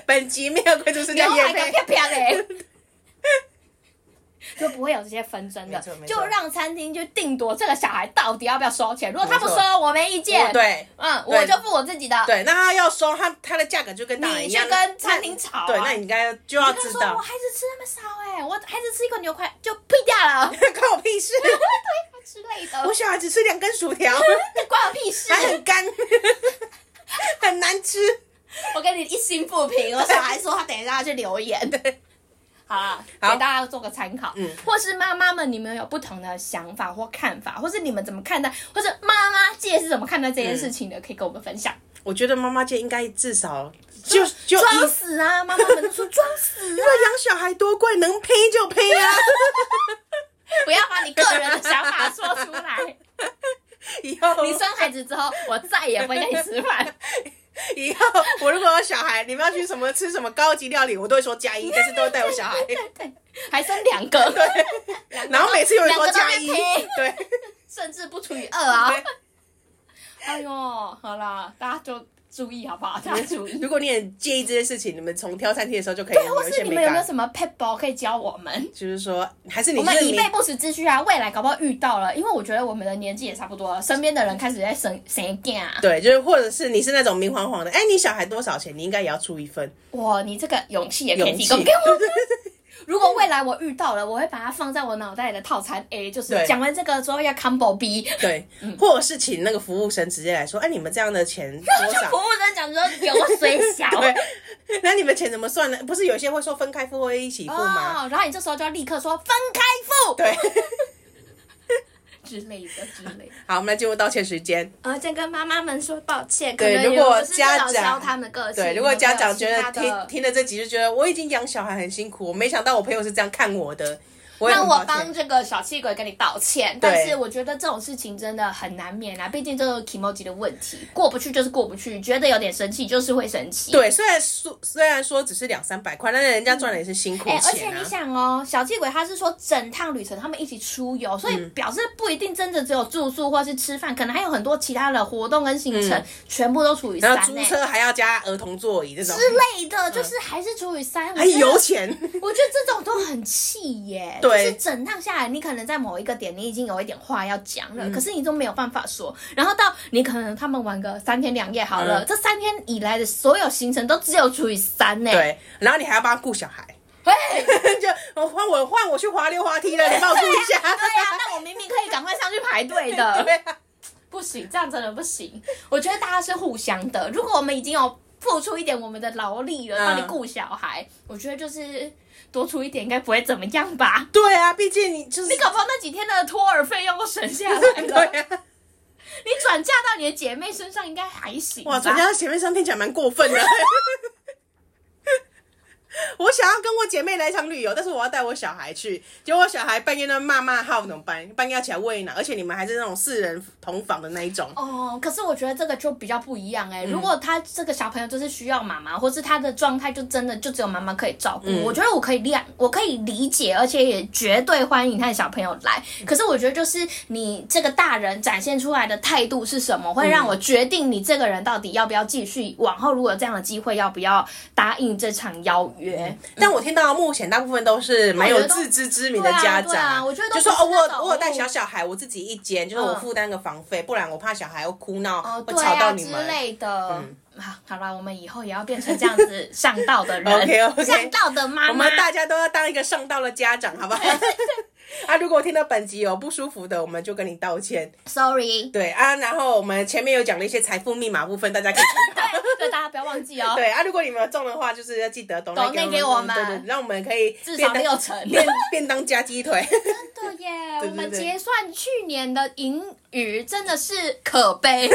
本集 没有贵族世
然
家
后
也
还
配
敢。啪啪嘞。 就不会有这些纷争的
没错没，错
就让餐厅去定夺这个小孩到底要不要收钱。如果他不
没
收
错，
我没意见。，
对
嗯，
对
我就付我自己的。
对，那他要收，他他的价格就跟大人
你
一
去
样。
跟餐厅吵啊。
对，那你应该就要
我跟他
知
说我
道，
孩子吃那么少哎、我孩子吃一口牛块就屁掉了
关我屁事。
之类
我
的，
小孩只吃两根 薯条，
关我屁事
还！很干， 很难吃。
我给你一心不平。我小孩说他等一下要去留言。 好啦，
好
给大家做个参考，嗯，或是妈妈们，你们有不同的想法或看法，或是你们怎么看待，或者妈妈界是怎么看待这件事情的，可以跟我们分享。
我觉得妈妈界应该至少就就一
装死啊，妈妈们都说装死，
因为养小孩多贵，能拼就拼啊！
不要把你个人的想法说出来。
以 后
你生孩子之后，我再也不会跟你吃 饭。
以后我如果有小孩，你们要去什么吃什么高级料理，我都会说加一，但是都会带我小孩。
对，还生两个，
然后每次有人说
两个都
加
被
一，
拼
对，
甚至不除以二啊！哎呦，好啦，大家就注意好不好？大家注意。
如果你很介意这件事情，你们从挑餐厅的时候就可以有
或
一些
是你
美
们有没有
感。
什么 p e t b a l l 可以教我们？
就是说，还是你
我们
是
以
你
备不时之需啊！未来搞不好遇到了，因为我觉得我们的年纪也差不多了，身边的人开始在生生 g 啊！
对，就是或者是你是那种明晃晃的，哎，你小孩多少钱，你应该也要出一份
哇，你这个勇气也可以
勇
提
气。
供给我。 如果未来我遇到了，我会把它放在我脑袋里的套餐 A，就是
对
讲完这个之后要 combo B，
对，
嗯
或者是请那个服务生直接来说，哎，你们这样 的钱多
就服
少？
务生讲说油水小。
对，那你们钱怎么算呢？不是有些会说分开付或一起付吗？
哦，然后你这时候就要立刻说分开付，
对，
之类的之类的。
好，我们来进入道歉时间。
而且呃跟妈妈们说抱歉，可
对
能有
如果
就是
家
要
长
教他们的个性，
对，如果家长觉
有没有
得
其他
听
的
听了这集就觉得我已经养小孩很辛苦，我没想到我朋友是这样看我的，也
那
很
我
抱歉
帮这个小气鬼跟你道歉，
对
但是我觉得这种事情真的很难免啊，毕竟这个 i m o j i 的问题，过不去就是过不去，觉得有点生气就是会生气。
对，虽然说虽然说只是两三百块，但是人家赚的也是辛苦
哎、而且
钱啊。
你想哦，小气鬼他是说整趟旅程他们一起出游，所以
嗯
表示不一定真的只有住宿或是吃饭，可能还有很多其他的活动跟行程，全部都处于三
嗯然
呢、
后租车还要加儿童座椅这种，
之类的，欸就是还是除以三。
还
我觉得
油钱，
我觉得这种都很气耶。
对
就是整趟下来，你可能在某一个点你已经有一点话要讲
嗯
了，可是你都没有办法说。然后到你可能他们玩个三天两夜好了，
嗯
这三天以来的所有行程都只有除以三呢。
对，然后你还要帮他顾小孩，
嘿。
就哦换我换我去滑溜滑梯了，你帮我顾一下。
对呀、啊那我明明可以赶快上去排队的。
对啊，
不行，这样真的不行。我觉得大家是互相的。如果我们已经有付出一点我们的劳力了，
嗯
帮你顾小孩，我觉得就是多出一点，应该不会怎么样吧？
对啊，毕竟你就是
你搞不好那几天的托儿费用都省下来了，
对啊，
你转嫁到你的姐妹身上应该还行吧。
哇，转嫁到姐妹上听起来蛮过分的。 我想要跟我姐妹来一场旅游，但是我要带我小孩去，结果我小孩半夜那骂骂号怎么办？半夜要起来喂奶，而且你们还是那种四人同房的那一种，
哦，可是我觉得这个就比较不一样
嗯
哎、如果他这个小朋友就是需要妈妈，或是他的状态就真的就只有妈妈可以照顾，
嗯
我觉得我可以谅，我可以理解，而且也绝对欢迎他的小朋友来。
嗯
可是我觉得就是你这个大人展现出来的态度是什么，
嗯
会让我决定你这个人到底要不要继续往后，如果有这样的机会，要不要答应这场邀约？
但我听到目前大部分都是蛮有
我觉得都
自知之明的家
对啊对
长，
啊我觉得都
就说
不是
哦，
那种嗯
我我有带小小孩，我自己一间，就是我负担个房费，不然我怕小孩又哭闹，
哦，
会
对
吵到
啊
你嗯
之
们。
类的。啊，好啦，我们以后也要变成这样子上道的 人
哦 OK，OK
上道的妈妈。
我们大家都要当一个上道的家长，好不好？ 啊，如果听到本集有不舒服的，我们就跟你道歉。
Sorry，
对啊，然后我们前面有讲了一些财富密码部分，大家可 以参考。
对大家不要忘记哦，
对啊，如果你们有中的话，就是要记得懂
抖内给我们
对对，对让我们可以
至
便
少
当
六成。
便便当加鸡腿。
真的耶，
对
我们
对
结算去年的盈余真的是可悲，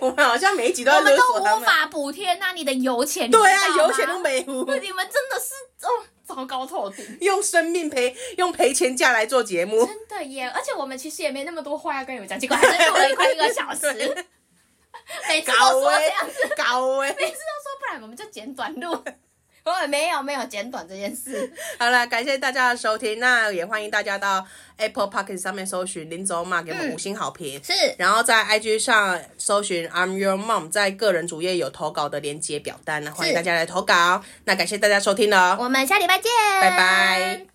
我们好像每一集都
我
要
们
勒
都
索他
无
们。
法补贴那里的油钱，
对啊，
你知道吗
油钱都没有。
你们真的是哦，糟糕透顶。
用生命赔用赔钱价来做节目，
真的耶，而且我们其实也没那么多话要跟你们讲，结果还是录了快一个小 时， 每次都
搞
说
哎
这样子，、
搞哎、
每次都说不然我们就剪短录。 我也没有没有剪短这件事，
好了，感谢大家的收听，那也欢迎大家到 Apple p o c k e t 上面搜寻林走马，给我
嗯
们五星好评。
是
然后在 IG 上搜寻 I'm Your Mom，在个人主页有投稿的连接表单，那欢迎
是
大家来投稿。那感谢大家收听了哦，
我们下礼拜见，
拜拜。